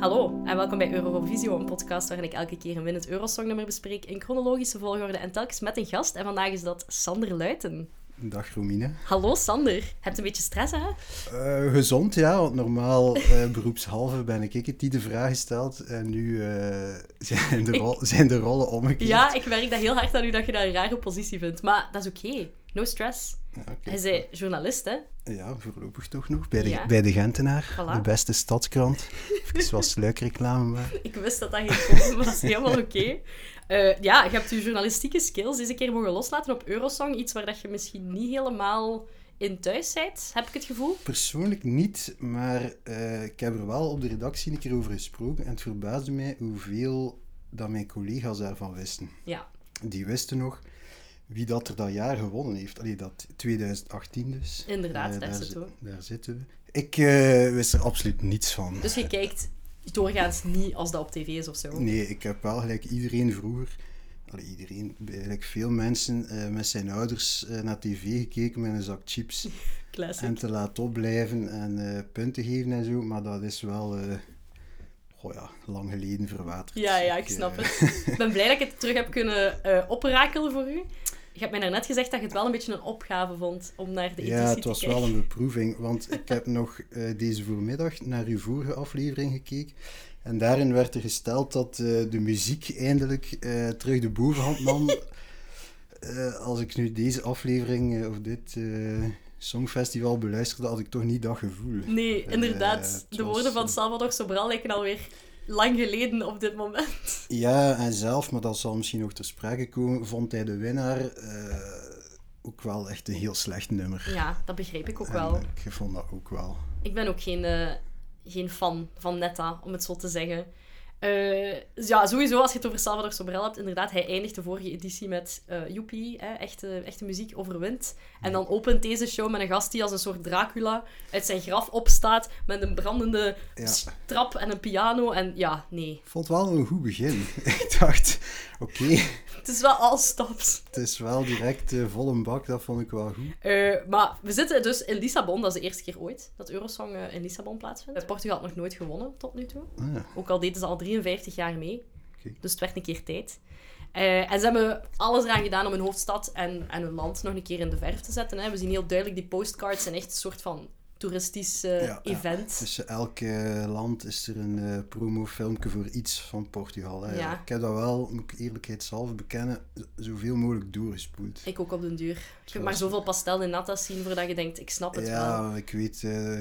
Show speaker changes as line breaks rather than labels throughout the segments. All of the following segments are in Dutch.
Hallo en welkom bij Eurovisio, een podcast waarin ik elke keer een winnend Eurosongnummer bespreek in chronologische volgorde en telkens met een gast. En vandaag is dat Sander Luiten.
Dag Romine.
Hallo Sander, je hebt een beetje stress hè?
Eh, gezond, ja, want normaal eh, beroepshalve ben ik het die de vraag stelt. En nu eh, zijn, de rol- zijn de rollen omgekeerd.
Ja, ik merk dat heel hard aan u dat je daar een rare positie vindt. Maar dat is oké, no stress.
Ja, oké.
Hij zei journalist hè?
Ja, voorlopig toch nog. Bij de,
Ja.
bij de Gentenaar,
Voilà.
de beste stadskrant. Even wat sluikreclame maken.
Ik wist dat dat ging komen, maar dat is helemaal oké. Eh, ja, je hebt je journalistieke skills deze keer mogen loslaten op Eurosong. Iets waar dat je misschien niet helemaal in thuis bent, heb ik het gevoel.
Persoonlijk niet, maar eh, ik heb er wel op de redactie een keer over gesproken. En het verbaasde mij hoeveel dat mijn collega's daarvan wisten.
Ja,
Die wisten nog wie dat er dat jaar gewonnen heeft. Allee, dat 2018 dus.
Inderdaad,
Eh,
daar zitten
zi-
we.
Daar zitten we. Ik eh, wist er absoluut niets van.
Dus je kijkt doorgaans niet als dat op tv is of zo.
Nee, ik heb wel gelijk iedereen vroeger... Allee, iedereen, eigenlijk veel mensen eh, met zijn ouders eh, naar tv gekeken met een zak chips.
Classic.
En te laten opblijven en eh, punten geven en zo. Maar dat is wel... eh, goh ja, lang geleden verwaterd.
Ja, ja, ik snap
eh,
het. Ik ben blij dat ik het terug heb kunnen eh, oprakelen voor u. Je hebt mij daarnet gezegd dat je het wel een beetje een opgave vond om naar de editie
Ja, het
te
was
kijken.
wel een beproeving, want ik heb nog eh, deze voormiddag naar uw vorige aflevering gekeken. En daarin werd er gesteld dat eh, de muziek eindelijk eh, terug de bovenhand nam. Eh, als ik nu deze aflevering eh, of dit eh, songfestival beluisterde, had ik toch niet dat gevoel.
Nee,
Eh,
inderdaad.
het
de
was-
woorden van Salvador Sobral lijken alweer lang geleden op dit moment.
Ja, en zelf, maar dat zal misschien nog ter sprake komen, vond hij de winnaar eh, ook wel echt een heel slecht nummer.
Ja, dat begreep ik ook wel.
En eh, ik vond dat ook wel.
Ik ben ook geen, eh, geen fan van Netta, om het zo te zeggen. Eh, ja, sowieso als je het over Salvador Sobral hebt, inderdaad, hij eindigt de vorige editie met eh Joepie, hè, echte, echte muziek overwint. En dan opent deze show met een gast die als een soort Dracula uit zijn graf opstaat met een brandende
Ja.
s- trap en een piano. En ja, nee.
Ik vond het wel een goed begin. ik dacht, oké,
Het is wel all stops.
het is wel direct eh, vol een bak, dat vond ik wel goed.
Eh, maar we zitten dus in Lissabon, dat is de eerste keer ooit dat Eurosong eh, in Lissabon plaatsvindt. Eh, Portugal had nog nooit gewonnen tot nu toe.
Ah, ja.
Ook al deden ze al 53 jaar mee.
Oké.
Dus het werd een keer tijd. Eh, en ze hebben alles eraan gedaan om hun hoofdstad en, en hun land nog een keer in de verf te zetten. Hè. We zien heel duidelijk, die postcards zijn echt een soort van toeristisch eh,
Ja, Dus- ja.
event.
Tussen elk eh, land is er een eh, promofilmpje voor iets van Portugal. Hè.
Ja.
Ik heb dat wel, moet ik eerlijkheidshalve bekennen, z- zoveel mogelijk doorgespoeld.
Ik ook op den duur. Je kunt maar zoveel pastel en natas zien voordat je denkt, ik snap het wel.
Ja, ik weet, eh,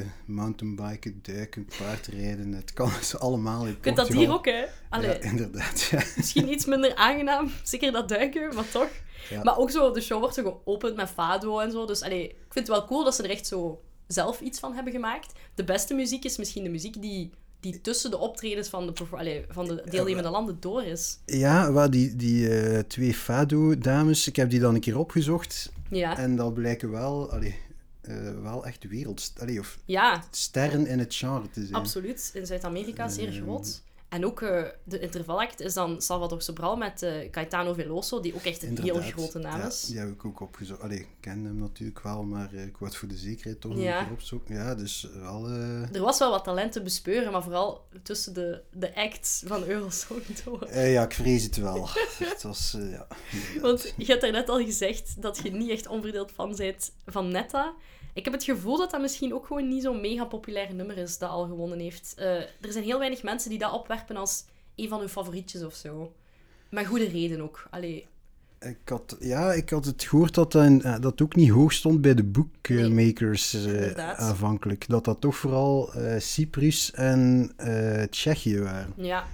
mountainbiken, duiken, paardrijden, het kan ze allemaal in
Je kunt dat
Portugal.
hier ook, hè? Allee,
Ja, inderdaad. Ja.
misschien iets minder aangenaam. Zeker dat duiken, maar toch.
Ja.
Maar ook zo, de show wordt zo geopend met fado en zo. Dus allee, ik vind het wel cool dat ze er echt zo zelf iets van hebben gemaakt. De beste muziek is misschien de muziek die, die tussen de optredens van de, perfor- allee, van de deelnemende landen door is.
Ja, waar die, die eh, twee Fado-dames, ik heb die dan een keer opgezocht.
Ja,
En dat blijken wel, allee, eh, wel echt wereld, allee, of
ja
sterren in het genre te zijn.
absoluut. In Zuid-Amerika zeer
Ehm.
groot. En ook eh, de intervalact is dan Salvador Sobral met eh, Caetano Veloso, die ook echt een heel
Inderdaad.
grote naam
Ja,
is.
die heb ik ook opgezocht. Allee, ik ken hem natuurlijk wel, maar eh, ik word voor de zekerheid toch nog
Ja.
een keer opzoeken. Ja, dus wel... eh,
Er was wel wat talent te bespeuren, maar vooral tussen de, de acts van Eurosong door.
eh, ja, ik vrees het wel. het was, eh, ja. inderdaad.
Want je hebt daarnet al gezegd dat je niet echt onverdeeld fan bent van Netta. Ik heb het gevoel dat dat misschien ook gewoon niet zo'n mega populair nummer is dat al gewonnen heeft. Eh, er zijn heel weinig mensen die dat opwerpen als een van hun favorietjes of zo. Met goede reden ook. Allee,
Ik had, ja, ik had het gehoord dat dat, in- eh, dat ook niet hoog stond bij de
Nee,
boekmakers eh,
inderdaad.
aanvankelijk. Dat dat toch vooral eh, Cyprus en eh, Tsjechië waren.
ja,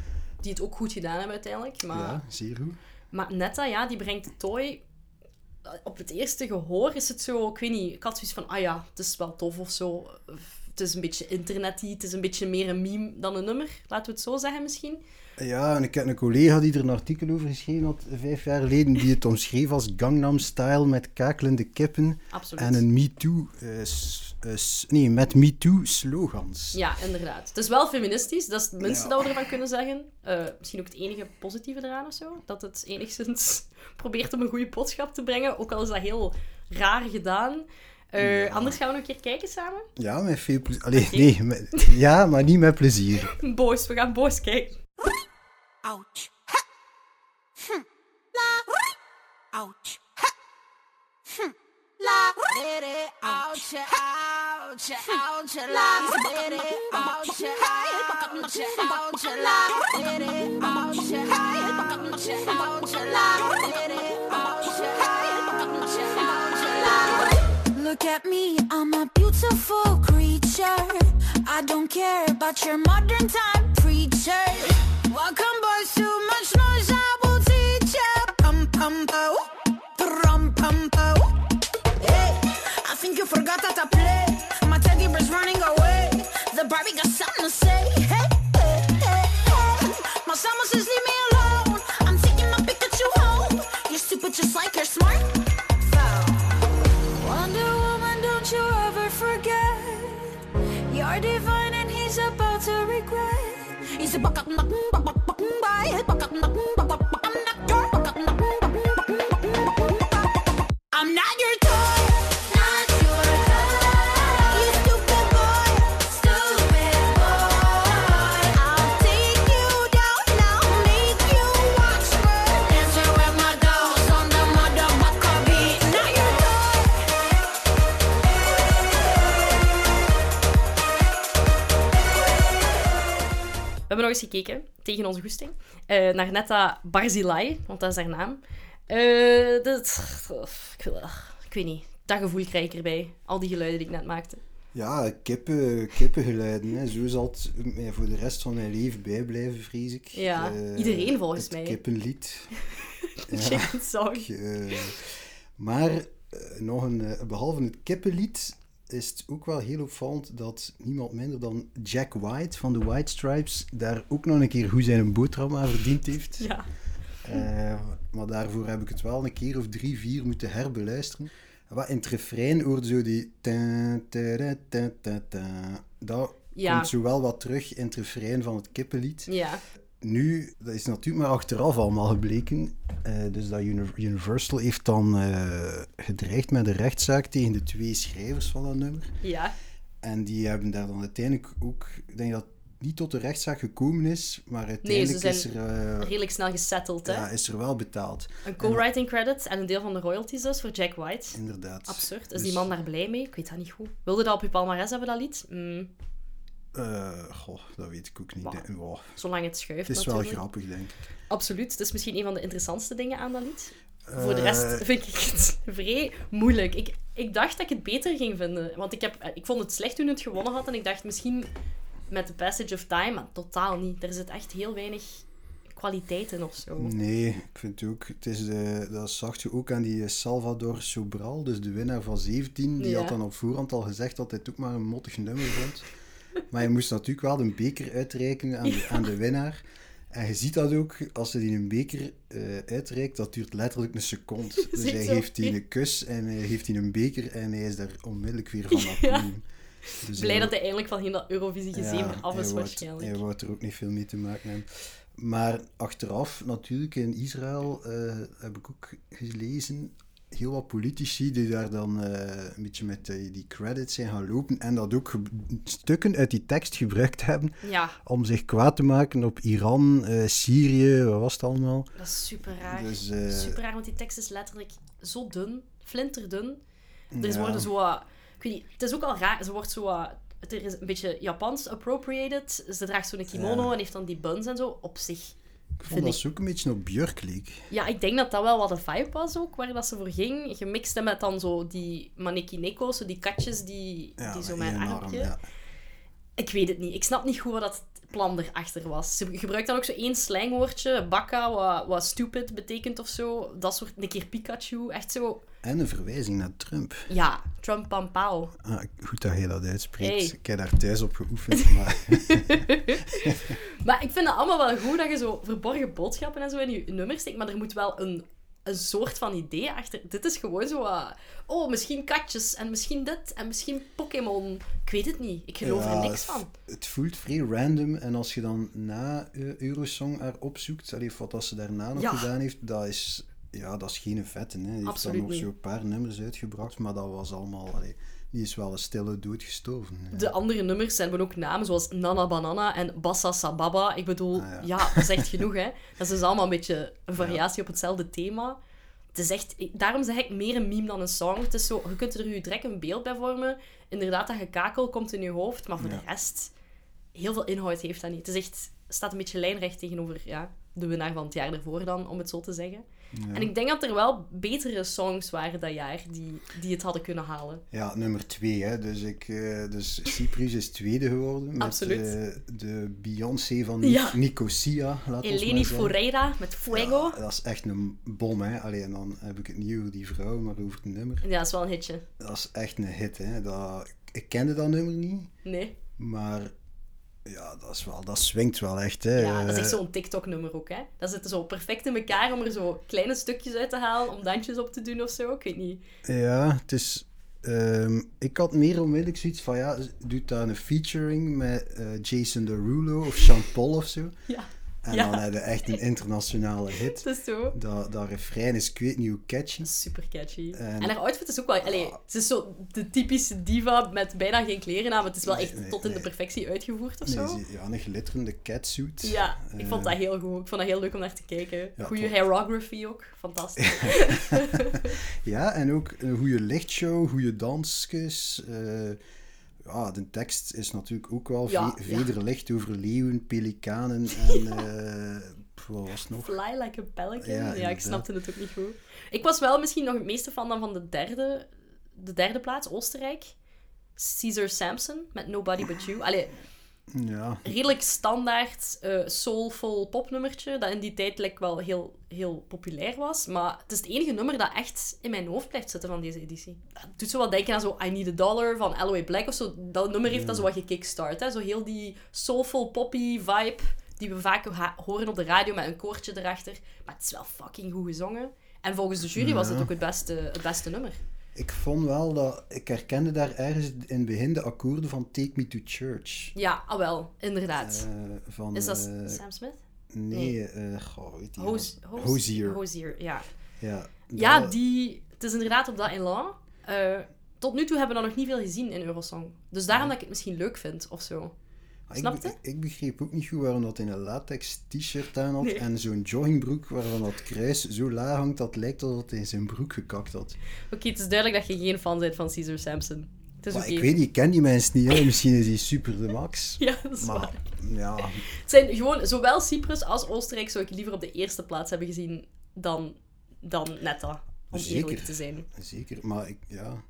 die het ook goed gedaan hebben uiteindelijk. Maar,
Ja, zeer goed.
maar Netta, ja, die brengt de tooi. Eh, Op het eerste gehoor is het zo, ik weet niet, ik had zoiets van, ah ja, het is wel tof of zo. Het is een beetje internetie, het is een beetje meer een meme dan een nummer, laten we het zo zeggen misschien.
Ja, en ik heb een collega die er een artikel over geschreven had vijf jaar geleden, die het omschreef als Gangnam Style met kakelende kippen
Absoluut.
en een MeToo, eh, s- eh, s- nee, met MeToo slogans.
Ja, inderdaad. Het is wel feministisch, dat is het minste
Ja.
dat we ervan kunnen zeggen. Eh, misschien ook het enige positieve eraan of zo. Dat het enigszins probeert om een goede boodschap te brengen, ook al is dat heel raar gedaan. Eh,
Ja.
Anders gaan we nog een keer kijken samen.
Ja, met veel plezier. Allee,
Oké.
nee, met- ja, maar niet met plezier.
Boos, we gaan boos kijken.
Ouch. Ha. Hm. La. Ouch. Ha. Hm. La. Bitty. Ouch. Ouch. Ouch. La. Bitty. Ouch. Ouch. Ouch. La. Bitty. Ouch. Ouch. Ouch. La. Bitty. Ouch. Ouch. Ouch. La.
Look at me, I'm a beautiful creature. I don't care about your modern time preacher. Welcome, boys, too much noise, I will teach ya. Pum pum pow, pum pum pow. Hey, I think you forgot that I play. My teddy bear's running away. The Barbie got something to say. Hey, hey, hey, hey. My summer says leave me alone. I'm taking my Pikachu home. You're stupid just like you're smart. Foul. Wonder Woman, don't you ever forget You're divine and he's about to regret He's a buck I'm not your I'm not your toy Not your toy You stupid boy Stupid boy I'll take you down and I'll make you watch me Dancing with my dolls on the motherfucker beat Not your toy
We hebben nog eens gekeken, tegen onze goesting, eh, naar Netta Barzilai, want dat is haar naam. Eh, dat, ik, wil- ik weet niet, dat gevoel krijg ik erbij. Al die geluiden die ik net maakte.
Ja, kippen, kippengeluiden. Hè. Zo zal het eh, mij voor de rest van mijn leven bijblijven, vrees ik.
Ja,
Eh,
iedereen volgens mij.
Het kippenlied. ja.
Chicken song.
Eh, maar eh, nog een, eh, behalve het kippenlied is het ook wel heel opvallend dat niemand minder dan Jack White van de White Stripes daar ook nog een keer goed zijn boterham aan verdiend heeft.
Ja.
Eh, maar daarvoor heb ik het wel een keer of drie, vier moeten herbeluisteren. Wat in het refrein hoorde zo die... ta, ta, ta, ta, ta, ta. Dat
Ja.
komt zo wel wat terug in het refrein van het kippenlied.
ja.
Nu, dat is natuurlijk maar achteraf allemaal gebleken. Eh, dus dat Uni- Universal heeft dan eh, gedreigd met een rechtszaak tegen de twee schrijvers van dat nummer.
Ja.
En die hebben daar dan uiteindelijk ook... Ik denk dat het niet tot de rechtszaak gekomen is, maar uiteindelijk
zijn
is, er, eh,
Redelijk snel gesetteld, hè.
ja, is er wel betaald.
Een co-writing credit en een deel van de royalties dus voor Jack White.
Inderdaad.
Absurd. Is
Dus,
die man daar blij mee? Ik weet dat niet goed. Wilde dat op je palmarès hebben, dat lied? Mm,
eh, goh, dat weet ik ook niet.
Maar-
hè. Wow.
zolang het schuift
Het is wel
natuurlijk.
grappig, denk ik.
Absoluut. Het is misschien een van de interessantste dingen aan dat lied. Voor de rest
Eh,
vind ik het vrij moeilijk. Ik, ik dacht dat ik het beter ging vinden. Want ik, heb, eh, ik vond het slecht toen het gewonnen had. En ik dacht misschien met The Passage of Time. Maar totaal niet. Er zit echt heel weinig kwaliteit in of zo.
Nee, ik vind het ook. Het is de, dat zag je ook aan die eh, Salvador Sobral, dus de winnaar van 17. Die
Ja.
had dan op voorhand al gezegd dat hij het ook maar een mottig nummer vond. maar je moest natuurlijk wel een beker uitreiken aan de, aan de winnaar. En je ziet dat ook, als hij die een beker eh, uitreikt, dat duurt letterlijk een seconde. Dus
ziet
hij
zo.
geeft die een kus en hij geeft die een beker en hij is daar onmiddellijk weer van af.
Ja.
Dus
Blij
hij-
dat hij eindelijk van heel dat Eurovisie gezever
ja,
af is
hij wou-
waarschijnlijk.
Hij wou er ook niet veel mee te maken hebben. Maar achteraf, natuurlijk, in Israël eh, heb ik ook gelezen, heel wat politici die daar dan eh, een beetje met die, die credits zijn gaan lopen en dat ook ge- stukken uit die tekst gebruikt hebben
Ja,
om zich kwaad te maken op Iran, eh, Syrië, wat was het allemaal?
dat is super raar.
Dus, eh,
Super raar, want die tekst is letterlijk zo dun. Flinterdun. Er is
Ja.
worden zo... wat- ik weet niet, het is ook al raar. Ze wordt zo... wat- het er is een beetje Japans appropriated. Ze draagt zo'n kimono
Ja.
en heeft dan die buns en zo. Op zich.
Ik vond dat ze ook een beetje op Björk leek.
Ja, ik denk dat dat wel wat de vibe was ook, waar dat ze voor ging. Gemixt met dan zo die manekineko's, zo die katjes die,
Ja,
die zo
met
met een
één
armpje...
ja.
Ik weet het niet. Ik snap niet goed wat dat plan erachter was. Ze gebruikt dan ook zo één slangwoordje, bakka, wat, wat stupid betekent of zo. Dat soort, een keer Pikachu, echt zo...
En een verwijzing naar Trump.
Ja, Trump Pampao.
Ah, goed dat je dat uitspreekt.
Hey.
Ik heb daar thuis op geoefend, maar...
Maar ik vind het allemaal wel goed dat je zo verborgen boodschappen en zo in je nummers steekt, maar er moet wel een, een soort van idee achter. Dit is gewoon zo wat... Oh, misschien katjes en misschien dit en misschien Pokémon. Ik weet het niet. Ik geloof
Ja,
er niks
het-
van.
Het voelt vrij random. En als je dan na eh, Eurosong haar opzoekt, allee, of wat dat ze daarna nog
Ja.
gedaan heeft, dat is ja, dat is geen vette. Hè. Hij heeft dan
Absoluut
nog
niet.
zo'n paar nummers uitgebracht, maar dat was allemaal... Allee, die is wel een stille dood gestorven. hè.
De andere nummers hebben ook namen zoals Nana Banana en Bassa Sababa. Ik bedoel,
Ah, ja.
ja. dat is echt genoeg, hè. Dat is dus allemaal een beetje een variatie op hetzelfde thema. Het is echt... ik- Daarom zeg ik meer een meme dan een song. Het is zo... Je kunt er je direct een beeld bij vormen. Inderdaad, dat gekakel komt in je hoofd. Maar voor de
Ja.
rest... Heel veel inhoud heeft dat niet. Het is echt... staat een beetje lijnrecht tegenover ja, de winnaar van het jaar ervoor dan, om het zo te zeggen. En ik denk dat er wel betere songs waren dat jaar die, die het hadden kunnen halen.
Ja, nummer twee. Hè. Dus, ik, eh, dus Cyprus is tweede geworden. Met,
Absoluut.
eh, de Beyoncé van
Ja.
Nicosia. Laat ons maar
Eleni
zeggen.
Foureira met Fuego.
Ja, dat is echt een bom, hè. Allee, en dan heb ik het niet over die vrouw, maar over het nummer.
Ja, dat is wel een hitje.
Dat is echt een hit, hè. Dat, ik kende dat nummer niet,
Nee.
maar ja, dat is wel... Dat swingt wel echt, hè.
Ja, dat is echt
Eh,
zo'n TikTok-nummer ook, hè. Dat zit zo perfect in elkaar om er zo kleine stukjes uit te halen, om dansjes op te doen of zo, ik weet niet.
Ja, het is... ehm, ik had meer onmiddellijk zoiets van, ja, doet daar een featuring met eh, Jason Derulo of Sean Paul of zo.
Ja.
En
Ja.
dan heb je echt een internationale hit.
Het is zo
Dat, dat refrein is, ik weet niet hoe catchy.
super catchy.
En-
En, haar outfit is ook wel... Allee, het is zo de typische diva met bijna geen kleren aan, maar het is wel
Nee,
echt
nee,
tot in
nee.
de perfectie uitgevoerd of
Nee,
zo.
ze- ja, een glitterende catsuit.
Ja, ik
Eh,
vond dat heel goed. Ik vond dat heel leuk om naar te kijken.
Ja,
Goede
klopt.
hairography ook. Fantastisch.
Ja, en ook een goede lichtshow, goede dansjes. eh, ja, de tekst is natuurlijk ook wel
Ja,
ve-
ja.
vederlicht over leeuwen, pelikanen en... eh, pff, wat was het nog?
Fly like a pelican.
Ja,
Ja,
inderdaad.
ik snapte het ook niet goed. Ik was wel misschien nog het meeste fan dan van de derde, de derde plaats, Oostenrijk. Caesar Sampson met Nobody But You. Allee,
Ja,
redelijk standaard eh, soulful popnummertje dat in die tijd like, wel heel, heel populair was. Maar het is het enige nummer dat echt in mijn hoofd blijft zitten van deze editie. Het doet zo wat denken aan zo I Need a Dollar van L.A. Black of zo. Dat nummer heeft dat zo wat gekickstart. Hè? Zo heel die soulful poppy vibe die we vaak ha- horen op de radio met een koortje erachter. Maar het is wel fucking goed gezongen. En volgens de jury was het ook het beste, het beste nummer.
ik vond wel dat... Ik herkende daar ergens in het begin de akkoorden van Take Me To Church.
Ja, ah wel, inderdaad.
Eh, van,
is dat
eh,
Sam Smith?
nee, eh goh, hoe heet die
Hoos,
nou?
Hoos-
Hozier.
Hozier, ja.
Ja,
Ja,
dat-
die, het is inderdaad op dat elan. Eh, tot nu toe hebben we dat nog niet veel gezien in Eurosong. Dus daarom dat ik het misschien leuk vind of zo.
Ik,
Snap je?
be- ik begreep ook niet goed waarom dat in een latex t-shirt aan had
Nee.
en zo'n joggingbroek waarvan dat kruis zo laag hangt dat lijkt alsof het in zijn broek gekakt had.
Oké, het is duidelijk dat je geen fan bent van Caesar Sampson. Het is
Maar
oké.
ik weet niet, ik ken die mensen niet, hè. misschien is die super de max.
Ja, dat is
maar
waar.
ja,
Het zijn gewoon, zowel Cyprus als Oostenrijk zou ik liever op de eerste plaats hebben gezien dan, dan Netta. Om
Zeker.
eerlijk te zijn.
zeker. Maar ik, ja,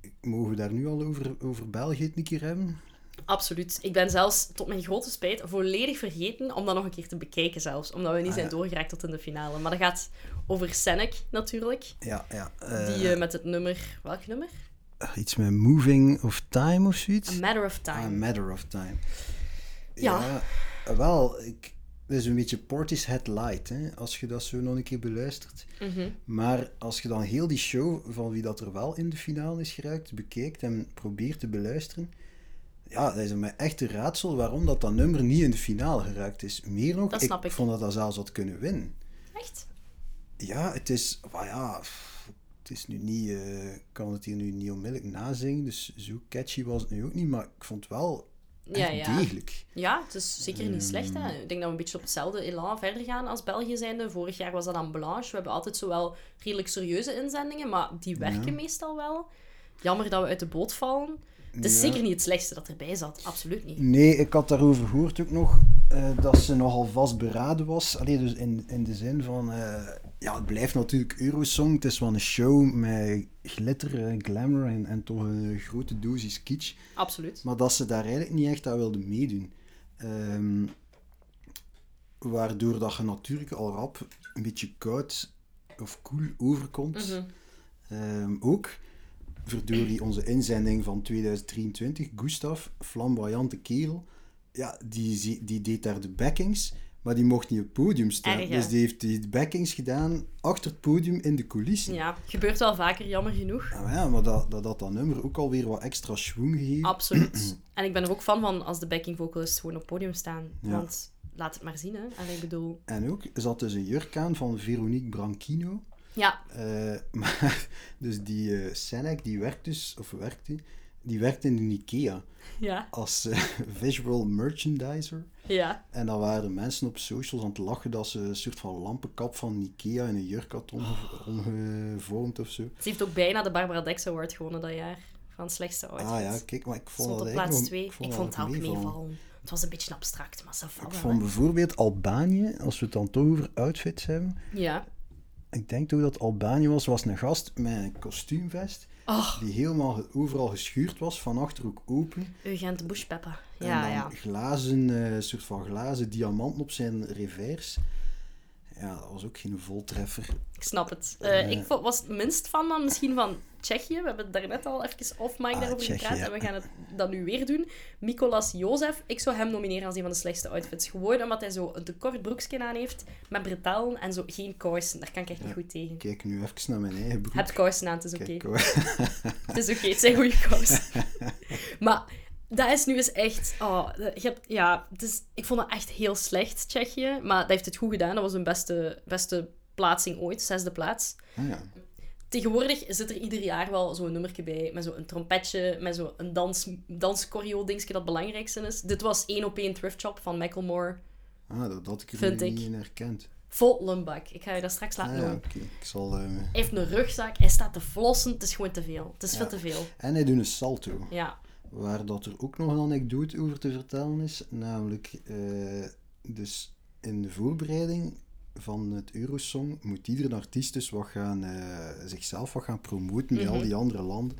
ik- mogen we daar nu al over, over België het een keer hebben?
Absoluut. Ik ben zelfs, tot mijn grote spijt, volledig vergeten om dat nog een keer te bekijken zelfs. Omdat we
Ah,
niet zijn doorgeraakt tot in de finale. Maar dat gaat over Senek natuurlijk.
Ja, ja. eh,
Die eh, met het nummer... Welk nummer?
Iets met moving of time of zoiets?
A Matter of
A
Time.
matter of time.
Ja.
Ja, wel, ik, dat is een beetje Portishead light, hè, als je dat zo nog een keer beluistert.
Mhm.
Maar als je dan heel die show van wie dat er wel in de finale is geraakt, bekijkt en probeert te beluisteren, ja, dat is een echte raadsel waarom dat, dat nummer niet in de finale geraakt is. Meer nog,
Dat snap ik.
vond dat dat zelfs had kunnen winnen.
Echt?
Ja, het is, maar ja, pff, het is nu niet, eh, ik kan het hier nu niet onmiddellijk nazingen, dus zo catchy was het nu ook niet, maar ik vond het wel echt Ehm.
Ja, ja.
degelijk.
Ja, het is zeker niet slecht. Hè. Ik denk dat we een beetje op hetzelfde elan verder gaan als België zijnde. Vorig jaar was dat aan Blanche. We hebben altijd zowel redelijk serieuze inzendingen, maar die werken meestal wel. Jammer dat we uit de boot vallen. Het is
Ja.
zeker niet het slechtste dat erbij zat. Absoluut niet.
Nee, ik had daarover gehoord ook nog eh, dat ze nogal vastberaden was. Allee, dus in, in de zin van, eh, ja, het blijft natuurlijk Eurosong. Het is wel een show met glitter en glamour en, en toch een grote dosis kitsch.
Absoluut.
Maar dat ze daar eigenlijk niet echt aan wilden meedoen. Ehm, waardoor dat je natuurlijk al rap een beetje koud of koel overkomt.
Mhm.
Ehm, ook verdorie onze inzending van 2023, Gustav, flamboyante kerel, ja, die, zie- die deed daar de backings, maar die mocht niet op het podium staan.
Erg, hè?
dus die heeft die backings gedaan achter het podium in de coulissen.
Ja, gebeurt wel vaker, jammer genoeg.
Ah, maar ja, maar dat, dat had dat nummer ook alweer wat extra schwung gegeven.
Absoluut. En ik ben er ook fan van als de backing vocalists gewoon op het podium staan.
Ja.
Want laat het maar zien, hè. Allee, ik bedoel...
En ook zat dus een jurk aan van Veronique Branchino.
Ja,
Eh, maar dus die eh Selec, die werkt dus, of werkte, die werkte in de IKEA
ja,
als eh, visual merchandiser.
ja.
En dan waren de mensen op socials aan het lachen dat ze een soort van lampenkap van Ikea in een jurk had omge- omgevormd of zo.
Ze heeft ook bijna de Barbara Dex Award gewonnen dat jaar. Van slechtste outfit.
Ah ja, kijk, maar ik vond
Stond
dat
op
eigenlijk
plaats
nog-
2. Ik vond het
dat
ook
meevallen.
meevallen. Het was een beetje abstract, maar ze vallen.
Ik vond bijvoorbeeld Albanië, als we het dan toch over outfits hebben.
Ja.
Ik denk toch dat Albanië was, was een gast met een kostuumvest.
Oh,
Die helemaal ge- overal geschuurd was, van achter ook open.
Urgent Bushpeppa.
en
Ja,
dan
ja.
glazen, eh, soort van glazen diamanten op zijn revers. Ja, dat was ook geen voltreffer.
Ik snap het. Eh, Ik vo- was het minst van dan misschien van Tsjechië. We hebben het daarnet al even off-mic
Ah,
daarover
Tsjechië,
gepraat.
ja.
En we gaan het dan nu weer doen. Mikolas Jozef. Ik zou hem nomineren als een van de slechtste outfits. Gewoon omdat hij zo een te kort broekje aan heeft. Met bretellen en zo geen kousen. Daar kan ik echt niet goed tegen.
Ik kijk nu even naar mijn eigen broek.
Heb kousen aan, het is oké.
Kijk,
Het is oké, het zijn goede kousen. maar dat is nu eens echt... Oh, je hebt, ja, het is, ik vond het echt heel slecht, Tsjechië. Maar dat heeft het goed gedaan. Dat was hun beste, beste plaatsing ooit, zesde plaats.
Ah, ja.
Tegenwoordig zit er ieder jaar wel zo'n nummerke bij. Met zo'n trompetje, met zo'n dans, danschoreo-dingetje dat het belangrijkste is. Dit was één op één thrift shop van Macklemore.
Ah, dat had ik er
Vind
nu
ik.
niet in herkend.
Vol Lumbak. Ik ga je dat straks laten
Ah, ja,
doen.
oké. Ik zal... eh,
Hij heeft een rugzak, hij staat te flossen. Het is gewoon te veel. Het is veel te veel.
En hij doet een salto.
Ja.
Waar dat er ook nog een anekdote over te vertellen is. Namelijk, eh, dus in de voorbereiding van het Eurosong moet iedere artiest dus wat gaan, eh, zichzelf wat gaan promoten met al die andere landen.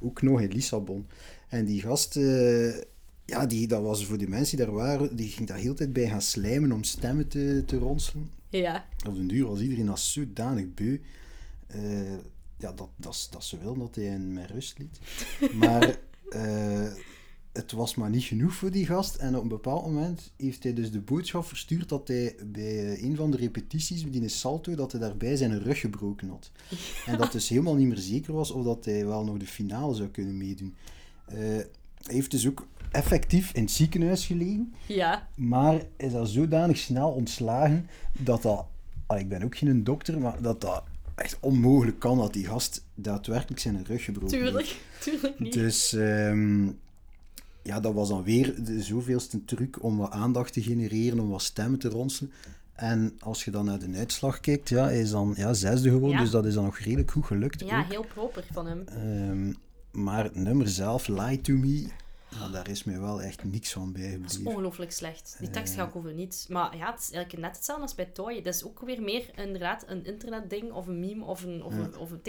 Ook nog in Lissabon. En die gast, eh, ja, die, dat was voor de mensen die daar waren, die ging daar heel de tijd bij gaan slijmen om stemmen te, te ronselen.
Ja.
Op den duur was iedereen als zodanig beu. eh, ja, dat, dat, ze- dat ze wilden dat hij hen met rust liet. Maar eh, het was maar niet genoeg voor die gast. En op een bepaald moment heeft hij dus de boodschap verstuurd dat hij bij eh, een van de repetities met die salto, dat hij daarbij zijn rug gebroken had. En dat dus helemaal niet meer zeker was of dat hij wel nog de finale zou kunnen meedoen. Eh, hij heeft dus ook effectief in het ziekenhuis gelegen.
Ja.
Maar is dat zodanig snel ontslagen dat dat... ah, ik ben ook geen dokter, maar dat dat echt onmogelijk kan dat die gast daadwerkelijk zijn rug gebroken heeft.
Tuurlijk. Tuurlijk niet.
Dus ehm, ja, dat was dan weer de zoveelste truc om wat aandacht te genereren, om wat stemmen te ronselen. En als je dan naar de uitslag kijkt, ja, hij is dan ja, zesde geworden,
Ja.
dus dat is dan nog redelijk goed gelukt.
Ja,
ook.
heel proper van hem.
Ehm, maar het nummer zelf, Lie to Me, ja, daar is mij wel echt niks van
Dat is
bijgebleven.
ongelooflijk slecht. Die
Eh.
tekst ga ik over niets. Maar ja, het is eigenlijk net hetzelfde als bij Toy. Dat is ook weer meer inderdaad een internetding of een meme of een, of een, of een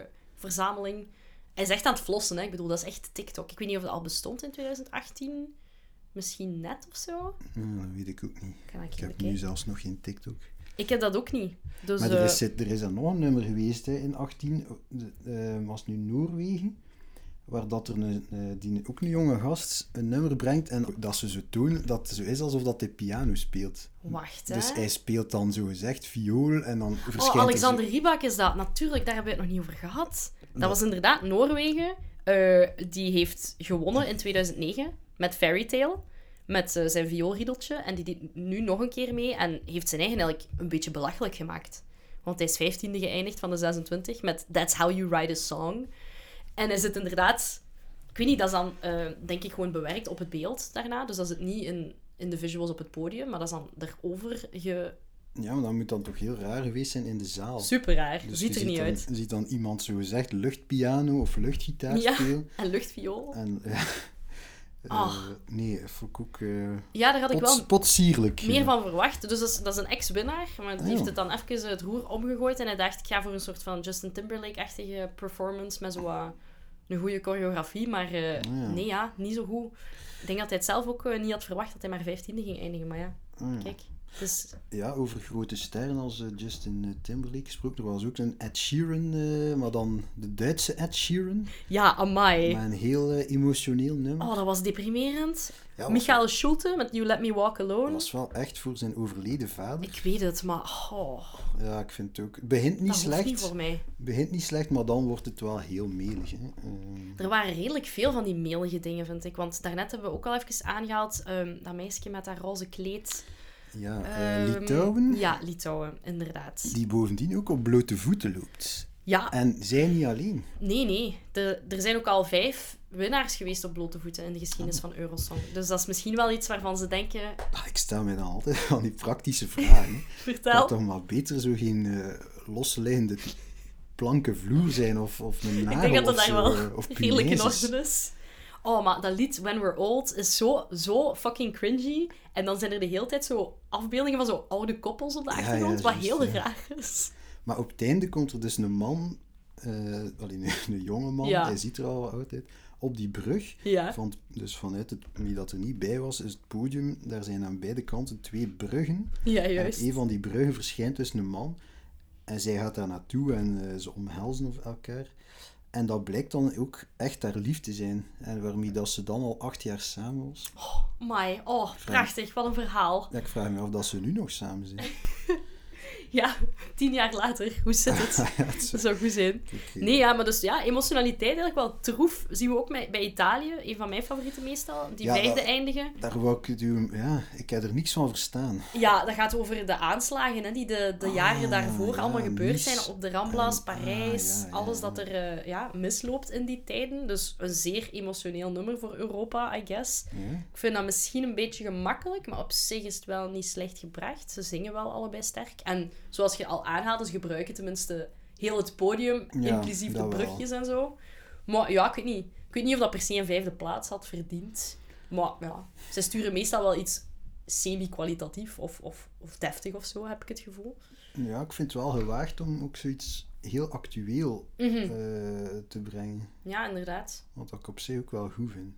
TikTok-verzameling. Hij is echt aan het flossen, hè. Ik bedoel, dat is echt TikTok. Ik weet niet of dat al bestond in 2018. Misschien net of zo.
Ja, dat weet ik ook niet.
Kan ik,
Ik
even
heb nu
kijken.
zelfs nog geen TikTok.
Ik heb dat ook niet. Dus,
Maar er
eh,
is, er is dan nog een nummer geweest hè, in 18, eh, eh, was nu Noorwegen, waar dat er een, eh, die, ook een jonge gast een nummer brengt en dat ze zo doen, dat het zo is alsof dat hij piano speelt.
eh, wacht, hè.
Dus hij speelt dan zogezegd viool en dan verschijnt
Oh,
er
Alexander
zo-
Rybak is dat. Natuurlijk, daar hebben we het nog niet over gehad. Dat was inderdaad Noorwegen. Eh, die heeft gewonnen in 2009 met Fairy Tale. Met eh, zijn vioolriedeltje. En die deed nu nog een keer mee. En heeft zijn eigen eigenlijk een beetje belachelijk gemaakt. Want hij is 15e geëindigd van de 26 met That's How You Write a Song. En is het inderdaad... Ik weet niet, dat is dan eh, denk ik gewoon bewerkt op het beeld daarna. Dus dat is het niet in, in de visuals op het podium, maar dat is dan erover ge...
Ja, maar dat moet dan toch heel raar geweest zijn in de zaal.
Super raar.
Dus
ziet
je
er niet
dan,
uit.
Je ziet dan iemand zogezegd luchtpiano of luchtgitaar
Ja.
spelen.
En luchtviool.
En, eh, eh,
Ah.
nee, vond ik ook eh,
Ja, daar had ik
pots-
wel
potsierlijk.
meer van verwacht. Dus dat is, dat is een ex-winnaar. Maar die
Ah,
heeft
ja.
het dan even het roer omgegooid. En hij dacht, ik ga voor een soort van Justin Timberlake-achtige performance. Met zo wat een goede choreografie. Maar eh,
Ah, ja.
nee, ja, niet zo goed. Ik denk dat hij het zelf ook eh, niet had verwacht dat hij maar 15e ging eindigen. Maar ja,
Ah, ja.
kijk. Dus
Ja, over grote sterren als eh, Justin eh, Timberlake gesproken. Er was ook een Ed Sheeran, eh, maar dan de Duitse Ed Sheeran.
ja, amai.
Maar een heel eh, emotioneel nummer.
Oh, dat was deprimerend.
Ja, was-
Michael Schulte met You Let Me Walk
Dat
Alone.
was wel echt voor zijn overleden vader.
Ik weet het, maar oh,
Ja, ik vind het ook. Het begint niet
dat
slecht.
hoeft niet voor mij.
begint niet slecht, maar dan wordt het wel heel melig. Hè. Ehm,
Er waren redelijk veel van die melige dingen, vind ik. Want daarnet hebben we ook al even aangehaald ehm, dat meisje met haar roze kleed.
ja, eh,
Ehm,
Litouwen,
Ja, Litouwen, inderdaad.
die bovendien ook op blote voeten loopt.
Ja,
En zij niet alleen.
nee, nee. De- er zijn ook al vijf winnaars geweest op blote voeten in de geschiedenis van Eurosong. Dus dat is misschien wel iets waarvan ze denken...
Ah, ik stel mij dan altijd van die praktische vragen. hè. Kan
Vertel.
toch maar beter zo geen eh, losliggende planken vloer zijn of, of een
Ik
nagel
denk dat dat
of
daar
zo,
wel
eh, of
redelijk in
punaises.
orde is. Oh, maar dat lied When We're Old is zo, zo fucking cringy. En dan zijn er de hele tijd zo afbeeldingen van zo oude koppels op de
ja,
achtergrond, wat
juist,
heel
ja.
raar is.
Maar op het einde komt er dus een man, eh alleen een, een jonge man,
Ja.
hij ziet er al uit, uit, op die brug.
Ja.
Van, het- dus vanuit het, wie dat er niet bij was, is het podium. Daar zijn aan beide kanten twee bruggen.
Ja,
En
juist.
op een van die bruggen verschijnt dus een man. En zij gaat daar naartoe en eh, ze omhelzen of- elkaar. En dat blijkt dan ook echt haar lief te zijn. En waarmee dat ze dan al acht jaar samen was.
Amai, oh, prachtig, wat een verhaal.
Ja, ik vraag me af dat ze nu nog samen zijn.
Ja, tien jaar later, hoe zit het?
Ja, het is- eh,
Dat zou goed zijn.
Oké.
Nee, ja, maar dus ja, emotionaliteit eigenlijk wel troef. Zien we ook bij, bij Italië, een van mijn favorieten meestal, die
Ja,
vijfde
dat-
eindigen.
Daar wou ik het u... Ja, ik heb er niks van verstaan.
Ja, dat gaat over de aanslagen hè, die de, de jaren daarvoor
Ah, ja,
allemaal gebeurd
Nice.
zijn op de Ramblas,
En-
Parijs,
ah, ja, ja,
alles
ja.
dat er eh, ja, misloopt in die tijden. Dus een zeer emotioneel nummer voor Europa, I guess.
Ja?
Ik vind dat misschien een beetje gemakkelijk, maar op zich is het wel niet slecht gebracht. Ze zingen wel allebei sterk. En zoals je al aanhaalt, ze gebruiken tenminste heel het podium,
Ja,
inclusief de
dat wel.
brugjes en zo. Maar ja, ik weet niet. Ik weet niet of dat per se een vijfde plaats had verdiend. Maar ja, ze sturen meestal wel iets semi-kwalitatief of, of, of deftig of zo, heb ik het gevoel.
ja, ik vind het wel gewaagd om ook zoiets heel actueel
Mm.
eh, te brengen.
Ja, inderdaad.
Wat ik op zich ook wel goed vind.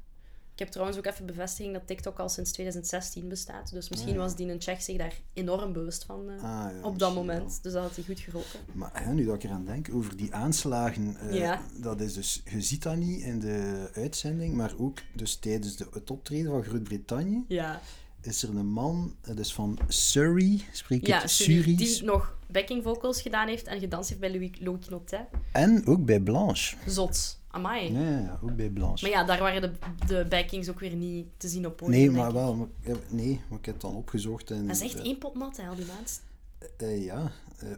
Ik heb trouwens ook even bevestiging dat TikTok al sinds 2016 bestaat. Dus misschien was Dean en Check zich daar enorm bewust van eh,
Ah, ja,
op dat
misschien
moment. Dus dat had hij goed geholpen.
Maar hè, nu dat ik eraan denk, over die aanslagen, eh,
Ja.
dat is dus, je ziet dat niet in de uitzending, maar ook dus tijdens de, het optreden van Groot-Brittannië
Ja,
is er een man, eh, dus van Surrey, spreek ik
ja
het,
Suri,
Surrey,
die nog backing vocals gedaan heeft en gedanst heeft bij Louis, Louis Knotet.
en ook bij Blanche.
Zot. Amai.
Ja, ja, ja, ook bij Blanche.
Maar ja, daar waren de, de backings ook weer niet te zien op podium.
nee,
denk
maar
ik.
wel, maar, ja, nee, maar ik heb het dan opgezocht. En,
Dat is echt
eh,
één pot nat, hè, al die mensen.
Eh, ja, eh,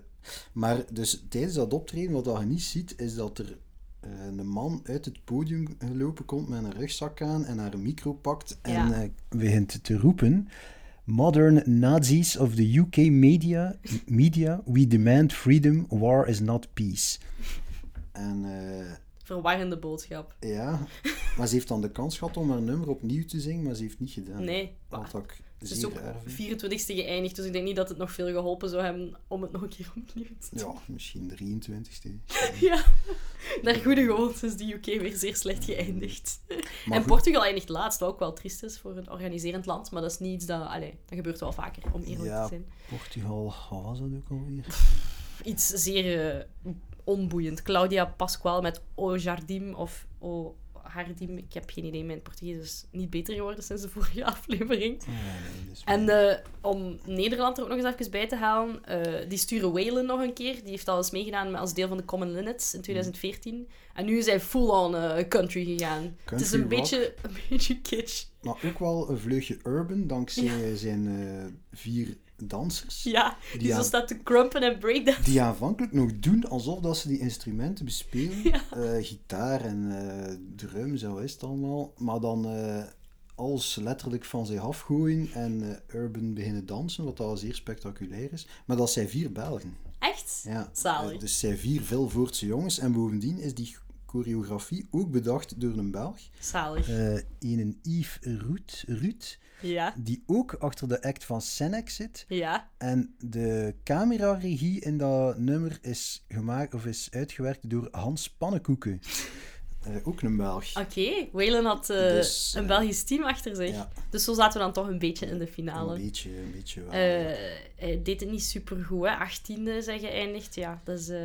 maar dus tijdens dat optreden, wat dat je niet ziet, is dat er eh, een man uit het podium gelopen komt met een rugzak aan en haar micro pakt en
Ja.
eh, begint te roepen. Modern Nazis of the UK media, media, we demand freedom, war is not peace. En eh,
Verwarrende boodschap.
ja, maar ze heeft dan de kans gehad om haar nummer opnieuw te zingen, maar ze heeft niet gedaan.
Nee, maar
Wat ik
het is
zeer
ook
raar vind.
24ste geëindigd, dus ik denk niet dat het nog veel geholpen zou hebben om het nog een keer opnieuw te doen.
Ja, misschien 23ste.
Ja. Naar goede gewoonte is de UK weer zeer slecht geëindigd. en
goed.
Portugal eindigt laatst, wat ook wel triest is voor een organiserend land. Maar dat is niet iets dat... Allee, dat gebeurt wel vaker, om eerlijk te
Ja,
zijn.
Portugal, wat was dat ook alweer?
iets zeer eh, onboeiend. Claudia Pascual met O Jardim of O Hardim. Ik heb geen idee. Mijn Portugees is niet beter geworden sinds de vorige aflevering. En eh, om Nederland er ook nog eens even bij te halen, eh, die sturen Waylon nog een keer. Die heeft al eens meegedaan met- als deel van de Common Linnets in 2014. En nu is hij full-on eh, country gegaan. het is
Country
een
rock.
beetje, een beetje kitsch.
Maar ook wel een vleugje urban, dankzij zijn eh, vier dansers.
Ja, die
Ja.
zo staat te crumpen en breakdown.
Die aanvankelijk nog doen alsof dat ze die instrumenten bespelen. Eh, gitaar en eh, drum, zo is het allemaal. Maar dan eh, alles letterlijk van zich afgooien en eh, urban beginnen dansen, wat al zeer spectaculair is. Maar dat zijn vier Belgen.
Echt?
Ja.
Zalig.
Eh, dus zijn vier Vilvoortse jongens. En bovendien is die choreografie ook bedacht door een Belg.
Zalig.
Eh een Yves Ruud, Ruud,
Ja.
die ook achter de act van Senex zit.
Ja.
En de cameraregie in dat nummer is, gemaakt, of is uitgewerkt door Hans Pannenkoeken. Eh, ook een Belg.
Oké, Waylon had eh,
Dus,
een
eh,
Belgisch team achter zich.
ja.
Dus zo zaten we dan toch een beetje in de finale.
Een beetje, een beetje wel.
Eh, hij deed het niet super goed, hè? 18e zijn geëindigd. Ja, dat is, eh,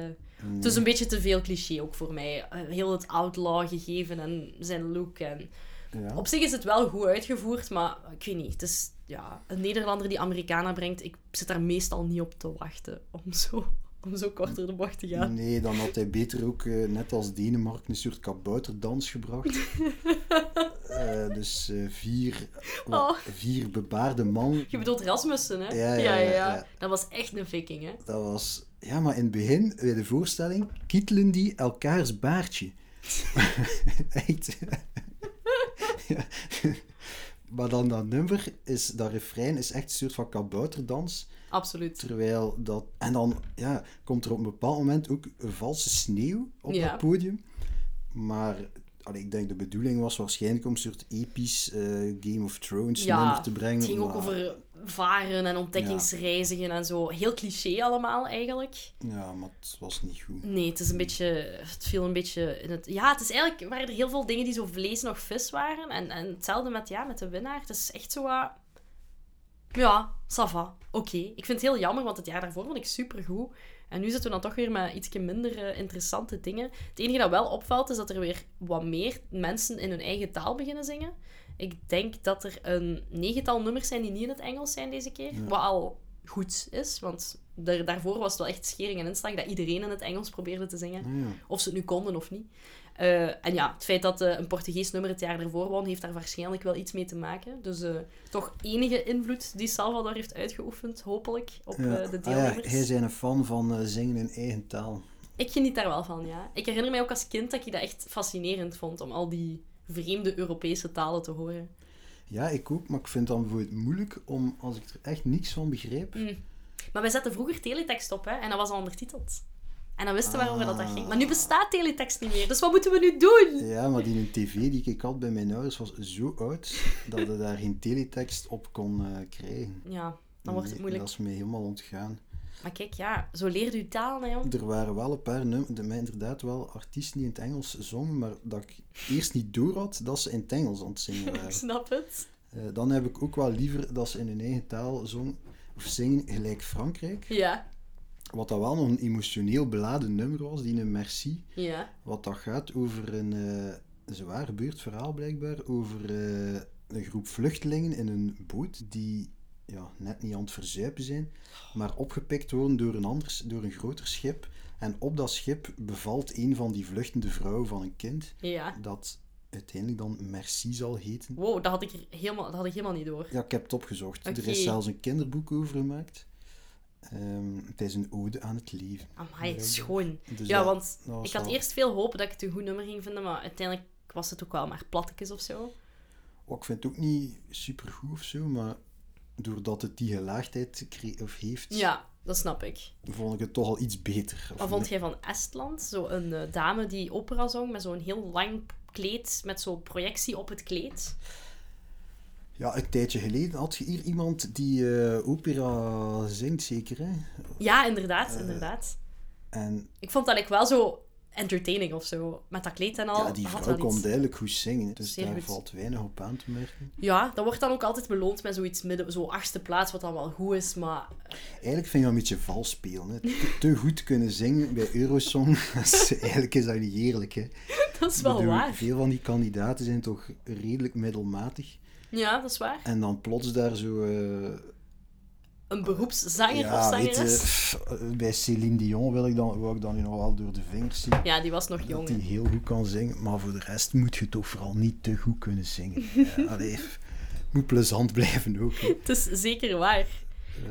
Het is een beetje te veel cliché ook voor mij. Eh, heel het outlaw gegeven en zijn look. En...
ja.
Op zich is het wel goed uitgevoerd, maar ik weet niet. Het is ja, een Nederlander die Americana brengt. Ik zit daar meestal niet op te wachten om zo, om zo kort door de bocht te gaan.
Nee, dan had hij beter ook, eh, net als Denemarken, een soort kabouterdans gebracht. Eh, dus eh, vier, wat,
Oh.
vier bebaarde man.
Je bedoelt Rasmussen, hè?
Ja, ja, ja, ja.
Dat was echt een viking, hè?
Dat was... Ja, maar in het begin, bij de voorstelling, kietelen die elkaars baardje. Echt. Ja. Maar dan dat nummer, is, dat refrein, is echt een soort van kabouterdans.
Absoluut.
Terwijl dat... En dan ja, komt er op een bepaald moment ook een valse sneeuw op
Ja.
het podium. Maar allee, ik denk de bedoeling was waarschijnlijk om een soort episch eh, Game of Thrones nummer te brengen.
Het ging ook
maar-
over varen en ontdekkingsreizigen en zo. Heel cliché allemaal eigenlijk.
Ja, maar het was niet goed.
Nee, het is een beetje. Het viel een beetje in het. Ja, het is eigenlijk. waren er heel veel dingen die zo vlees nog vis waren. En, en hetzelfde met, ja, met de winnaar. Het is echt zo wat. Ja, ça va. Oké. Ik vind het heel jammer, want het jaar daarvoor vond ik supergoed. En nu zitten we dan toch weer met iets minder eh, interessante dingen. Het enige dat wel opvalt, is dat er weer wat meer mensen in hun eigen taal beginnen zingen. Ik denk dat er een negental nummers zijn die niet in het Engels zijn deze keer. Wat al goed is, want daar, daarvoor was het wel echt schering en inslag dat iedereen in het Engels probeerde te zingen.
Nou
Of ze het nu konden of niet. Eh, en ja, het feit dat eh, een Portugees nummer het jaar ervoor won, heeft daar waarschijnlijk wel iets mee te maken. Dus eh, toch enige invloed die Salvador heeft uitgeoefend, hopelijk, op
Ja.
eh, de
Ah ja,
deelnemers.
hij zijn een fan van eh, zingen in eigen taal.
Ik geniet daar wel van, ja. Ik herinner mij ook als kind dat ik dat echt fascinerend vond, om al die vreemde Europese talen te horen.
Ja, ik ook, maar ik vind het dan bijvoorbeeld moeilijk om, als ik er echt niks van begrijp...
Mm. Maar wij zetten vroeger teletext op, hè, en dat was al ondertiteld. En dan wisten we waarover dat, dat ging.
Ah.
Maar nu bestaat teletext niet meer, dus wat moeten we nu doen?
Ja, maar die een tv die ik had bij mijn ouders was zo oud dat je daar geen teletext op kon eh, krijgen.
Ja, dan wordt het
Nee,
moeilijk.
Dat is me helemaal ontgaan.
Maar kijk, ja, zo leerde u taal, hè, jong.
Er waren wel een paar nummers, maar inderdaad wel artiesten die in het Engels zongen, maar dat ik eerst niet door had dat ze in het Engels aan het zingen
Ik
waren.
snap het.
Eh, dan heb ik ook wel liever dat ze in hun eigen taal zong, of zingen, gelijk Frankrijk.
Ja,
Wat dat wel nog een emotioneel beladen nummer was, die een merci.
ja.
Wat dat gaat over een eh zwaar gebeurd verhaal blijkbaar, over eh, een groep vluchtelingen in een boot die ja, net niet aan het verzuipen zijn, maar opgepikt worden door een, anders, door een groter schip. En op dat schip bevalt een van die vluchtende vrouwen van een kind,
Ja.
dat uiteindelijk dan Merci zal heten.
Wow, dat had ik, er helemaal, dat had ik helemaal niet door.
Ja, ik heb het opgezocht. Er
Oké.
is zelfs een kinderboek over gemaakt. Ehm, het is een ode aan het leven.
Amai,
Ja.
schoon.
Dus
ja,
dat-
want
dat was
ik had
wel-
eerst veel hoop dat ik het een goed nummer ging vinden, maar uiteindelijk was het ook wel maar plattekes of zo.
Oh, ik vind het ook niet supergoed of zo, maar doordat het die gelaagdheid cre- of heeft,
Ja, dat snap ik.
vond ik het toch al iets beter. Of
Wat vond
niet?
jij van Estland? Zo'n eh, dame die opera zong met zo'n heel lang kleed, met zo'n projectie op het kleed.
Ja, een tijdje geleden had je hier iemand die eh, opera zingt, zeker. Hè?
Ja, inderdaad,
Eh.
inderdaad.
En
Ik vond dat ik wel zo entertaining of zo, met dat kleed en al.
ja, die
had
vrouw
wel iets.
kon duidelijk goed zingen, dus
Zeer
daar
goed.
valt weinig op aan te merken.
Ja, dat wordt dan ook altijd beloond met zoiets midden, zo achtste plaats, wat dan wel goed is, maar
Eigenlijk vind je dat een beetje vals spelen. Hè? Te, te goed kunnen zingen bij Eurosong, dat is- eigenlijk is dat niet eerlijk. Hè?
dat is wel
Ik bedoel,
waar.
Veel van die kandidaten zijn toch redelijk middelmatig.
Ja, dat is waar.
En dan plots daar zo... eh,
Een beroepszanger of
Ja, weet je,
zangeres.
pff, eh, bij Céline Dion wil ik dan, wou ik dan nu nog wel door de vingers zien.
Ja, die was nog jong.
Dat die heel goed kan zingen, maar voor de rest moet je toch vooral niet te goed kunnen zingen. Ja, allee, pff, moet plezant blijven ook. hè.
Het is zeker waar.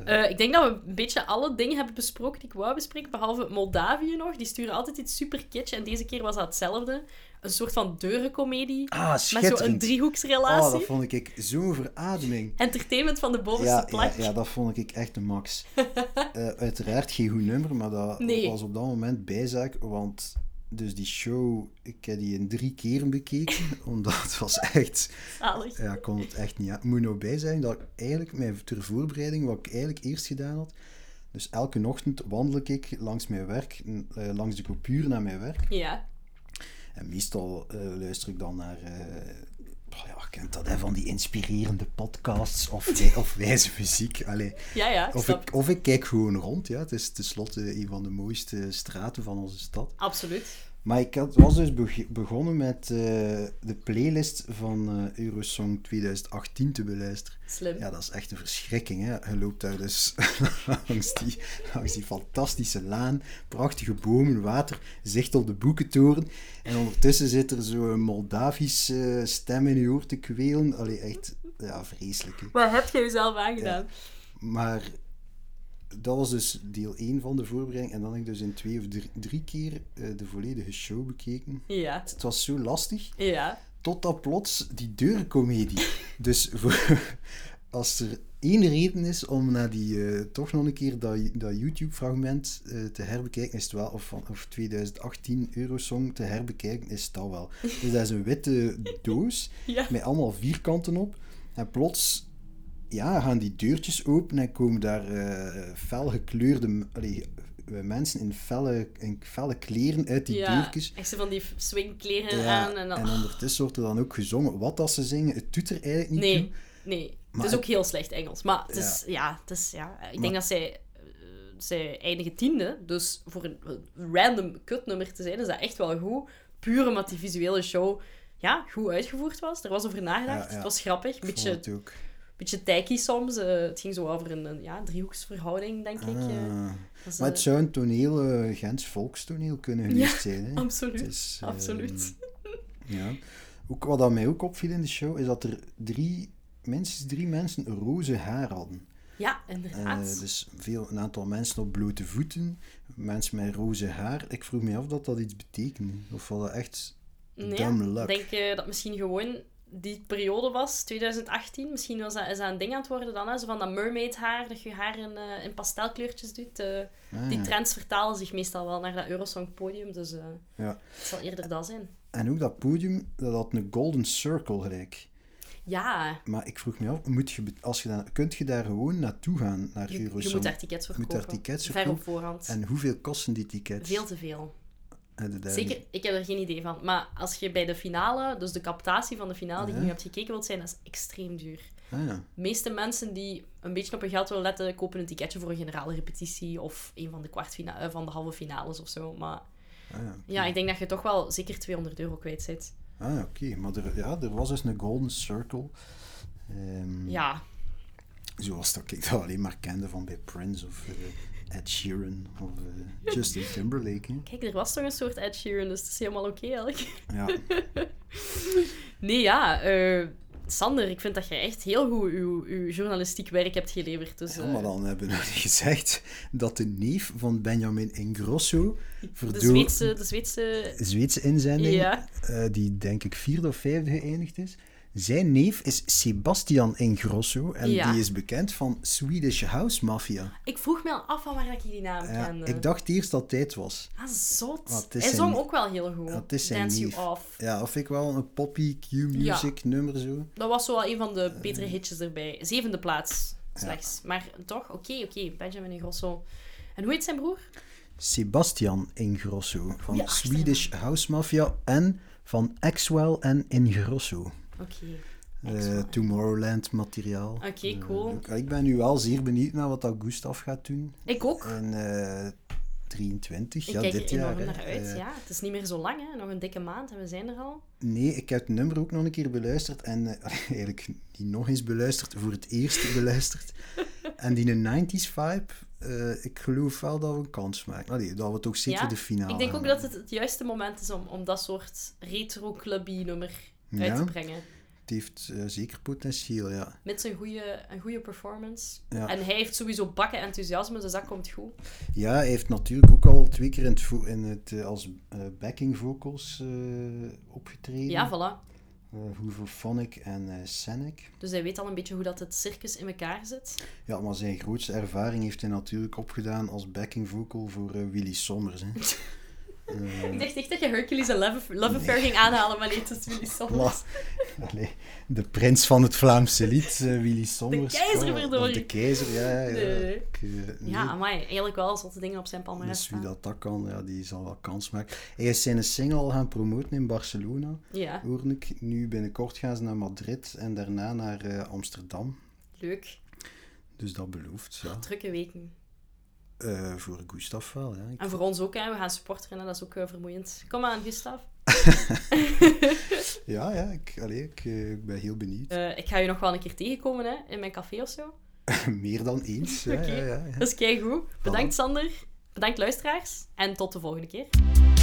Eh, ik denk dat we een beetje alle dingen hebben besproken die ik wou bespreken, behalve Moldavië nog. Die sturen altijd iets super kitsch en deze keer was dat hetzelfde. Een soort van deurencomedie
Ah,
met zo'n
schitterend. oh,
driehoeksrelatie.
dat vond ik zo'n verademing.
Entertainment van de bovenste
Ja, ja,
plank.
ja, dat vond ik echt de max. Eh, uiteraard geen goed nummer, maar dat
Nee.
was op dat moment bijzaak, want dus die show, ik heb die in drie keren bekeken, omdat het was echt...
Zalig.
Ja, ik kon het echt niet. aan- Ik moet nou bij zijn dat ik eigenlijk mijn ter voorbereiding, wat ik eigenlijk eerst gedaan had. Dus elke ochtend wandel ik langs mijn werk, eh, langs de coupure naar mijn werk.
Ja.
En meestal eh, luister ik dan naar. eh, oh ja, je kent dat hè, van die inspirerende podcasts of, wij- of wijze muziek. Allee,
Ja, ja, ik
of,
snap.
ik, of ik kijk gewoon rond. Ja. Het is tenslotte een van de mooiste straten van onze stad.
Absoluut.
Maar ik had, was dus beg- begonnen met eh, de playlist van eh, Eurosong 2018 te beluisteren.
Slim.
Ja, dat is echt een verschrikking. Hè? Je loopt daar dus langs, die, langs die fantastische laan, prachtige bomen, water, zicht op de boekentoren. En ondertussen zit er zo'n Moldavische stem in je oor te kwelen. Allee, echt ja, vreselijk. hè.
Wat heb je jezelf aangedaan?
Maar dat was dus deel 1 van de voorbereiding. En dan heb ik dus in twee of drie, drie keer eh, de volledige show bekeken.
Ja.
Het was zo lastig,
Ja.
totdat plots die deurencomedie. Dus voor, als er één reden is om naar die, eh, toch nog een keer dat, dat YouTube-fragment eh, te herbekijken, is het wel, of, van, of 2018 Eurosong te herbekijken, is dat wel. Dus dat is een witte doos
Ja.
met allemaal vierkanten op. En plots ja, gaan die deurtjes open en komen daar eh, fel gekleurde m- allee, eh, mensen in felle, in felle kleren uit die
ja.
deurtjes.
Echt zo van die swingkleren
Ja,
aan en
en,
dan...
ondertussen wordt er dan ook gezongen. Wat dat ze zingen, het doet er eigenlijk niet toe.
Nee, nee.
Maar
het is ook
ik-
heel slecht Engels. Maar het is, ja, het is, ja. ik denk dat zij, eh, zij eindigen tiende. Dus voor een random kutnummer te zijn, is dat echt wel goed. Puur omdat die visuele show ja, goed uitgevoerd was. Er was over nagedacht.
Ja, ja.
Het was grappig. Een
Ik vond
beetje,
het ook.
beetje tijkie soms. Eh, het ging zo over een, een, ja, driehoeksverhouding, denk ik.
Ah.
Eh, dat is,
maar het
eh,
zou een toneel, eh, Gens volkstoneel kunnen geweest zijn. Hè?
absoluut.
Het is, eh,
Absoluut.
Ja. Ook, wat dat mij ook opviel in de show, is dat er drie, minstens drie mensen roze haar hadden.
Ja,
Eh,
inderdaad.
dus veel, een aantal mensen op blote voeten, mensen met roze haar. Ik vroeg me af dat dat iets betekende. Of wat dat echt
Nee,
dumb luck.
ik denk eh, dat misschien gewoon die periode was, 2018. Misschien was dat, is dat een ding aan het worden dan, hè? Zo van dat mermaid haar, dat je je haar in, eh, in pastelkleurtjes doet. eh.
Ah,
Die
ja.
trends vertalen zich meestal wel naar dat Eurosong podium, dus eh,
Ja.
het zal eerder dat zijn.
En ook dat podium, dat had een golden circle gelijk.
Ja,
Maar ik vroeg me af, moet je, be- als je dan, kunt je daar gewoon naartoe gaan, naar
je,
Eurosong?
je moet daar tickets
Je
voor kopen.
moet daar tickets voor
Ver op
kopen.
voorhand.
En hoeveel kosten die tickets?
Veel te veel.
Hebben daar-
Zeker, ik heb er geen idee van. Maar als je bij de finale, dus de captatie van de finale die je
Ja.
nu hebt gekeken wilt zijn, dat is extreem duur.
Ah, ja.
De meeste mensen die een beetje op hun geld willen letten, kopen een ticketje voor een generale repetitie of een van de, kwartfina- eh, van de halve finales of zo. Maar
Ah, ja.
ja, ik denk dat je toch wel zeker 200 euro kwijt zit.
Ah, ja, oké. Maar er, ja, er was dus een golden circle. Ehm,
Ja,
Zoals dat ik dat alleen maar kende van bij Prince of eh, Ed Sheeran of eh, Justin Timberlake. hè.
kijk, er was toch een soort Ed Sheeran, dus het is helemaal oké eigenlijk.
Ja,
Nee, ja, eh, Sander, ik vind dat jij echt heel goed uw, uw journalistiek werk hebt geleverd. Dus,
Ja,
eh,
maar dan hebben we nog niet gezegd dat de neef van Benjamin Ingrosso,
de
verdoe-
Zweedse... De Zweedse...
Zweedse inzending,
Ja.
eh, die denk ik vierde of vijfde geëindigd is. Zijn neef is Sebastian Ingrosso en
Ja.
die is bekend van Swedish House Mafia.
Ik vroeg me al af van waar ik die naam
Ja,
kende.
ik dacht eerst dat dit was.
Ah, zot.
Maar het
Hij
is
zong
zijn-
ook wel heel goed.
Dat is zijn
Dance
neef.
You Off.
Ja, of ik wel een poppy Q-music nummer zo.
Dat was zo wel een van de
Eh,
betere hitjes erbij. Zevende plaats slechts. Maar toch, oké, oké. Benjamin Ingrosso. En hoe heet zijn broer?
Sebastian Ingrosso van
Goeie achternaam.
Swedish House Mafia en van Axwell en Ingrosso.
Oké.
Eh, Tomorrowland materiaal. Eh,
Oké, cool.
Ik ben nu wel zeer benieuwd naar wat dat Gustav gaat doen.
Ik ook.
En eh 23,
Ik
ja,
kijk
dit
er
jaar.
enorm
hè.
naar uit.
Eh,
ja, het is niet meer zo lang, hè. Nog een dikke maand en we zijn er al.
Nee, ik heb het nummer ook nog een keer beluisterd. En eh, eigenlijk niet nog eens beluisterd, voor het eerst beluisterd. En die 90s vibe, eh, ik geloof wel dat we een kans maken. Allee, dat we toch zeker
ja?
de finale
Ik denk
gaan
ook dat het het juiste moment is om, om dat soort retro-clubby nummer uit
Ja.
te brengen.
Het heeft eh, zeker potentieel, ja.
Met zijn goede, een goede performance.
Ja.
En hij heeft sowieso bakken enthousiasme, dus dat komt goed.
Ja, hij heeft natuurlijk ook al twee keer in het, vo- in het, eh, als eh, backing vocals eh, opgetreden.
Ja, voilà.
Eh, Hoover Phonic en eh Senec.
Dus hij weet al een beetje hoe dat het circus in elkaar zit.
Ja, maar zijn grootste ervaring heeft hij natuurlijk opgedaan als backing vocal voor eh, Willy Sommers. Hè.
Ik dacht echt dat je Hercules en Love, Love Affair ging aanhalen, maar nee, het is Willy Sommers.
Maar- allee, de prins van het Vlaamse lied, eh, Willy Sommers.
keizer,
goh,
verdorie.
of De keizer, ja. ja, ja.
Nee.
Ik, eh, nee,
Ja, amai. Eigenlijk wel zotte dingen op zijn palmarès
dus wie
staan.
dat, dat kan, ja, die zal wel kans maken. Hij is zijn single gaan promoten in Barcelona,
Ja,
hoorde ik. Nu binnenkort gaan ze naar Madrid en daarna naar eh, Amsterdam.
leuk.
Dus dat belooft, ja.
Drukke weken.
Eh, voor Gustav wel, ja. Ik-
En voor ons ook, hè. We gaan supporteren en dat is ook eh, vermoeiend. Kom aan, Gustav.
Ja, ja, ik, allee, ik, eh, ik ben heel benieuwd.
Eh, ik ga je nog wel een keer tegenkomen, hè. In mijn café of zo.
Meer dan eens. Ja,
Oké.
ja, ja, ja.
Dat is keigoed. Bedankt, Sander. Bedankt, luisteraars. En tot de volgende keer.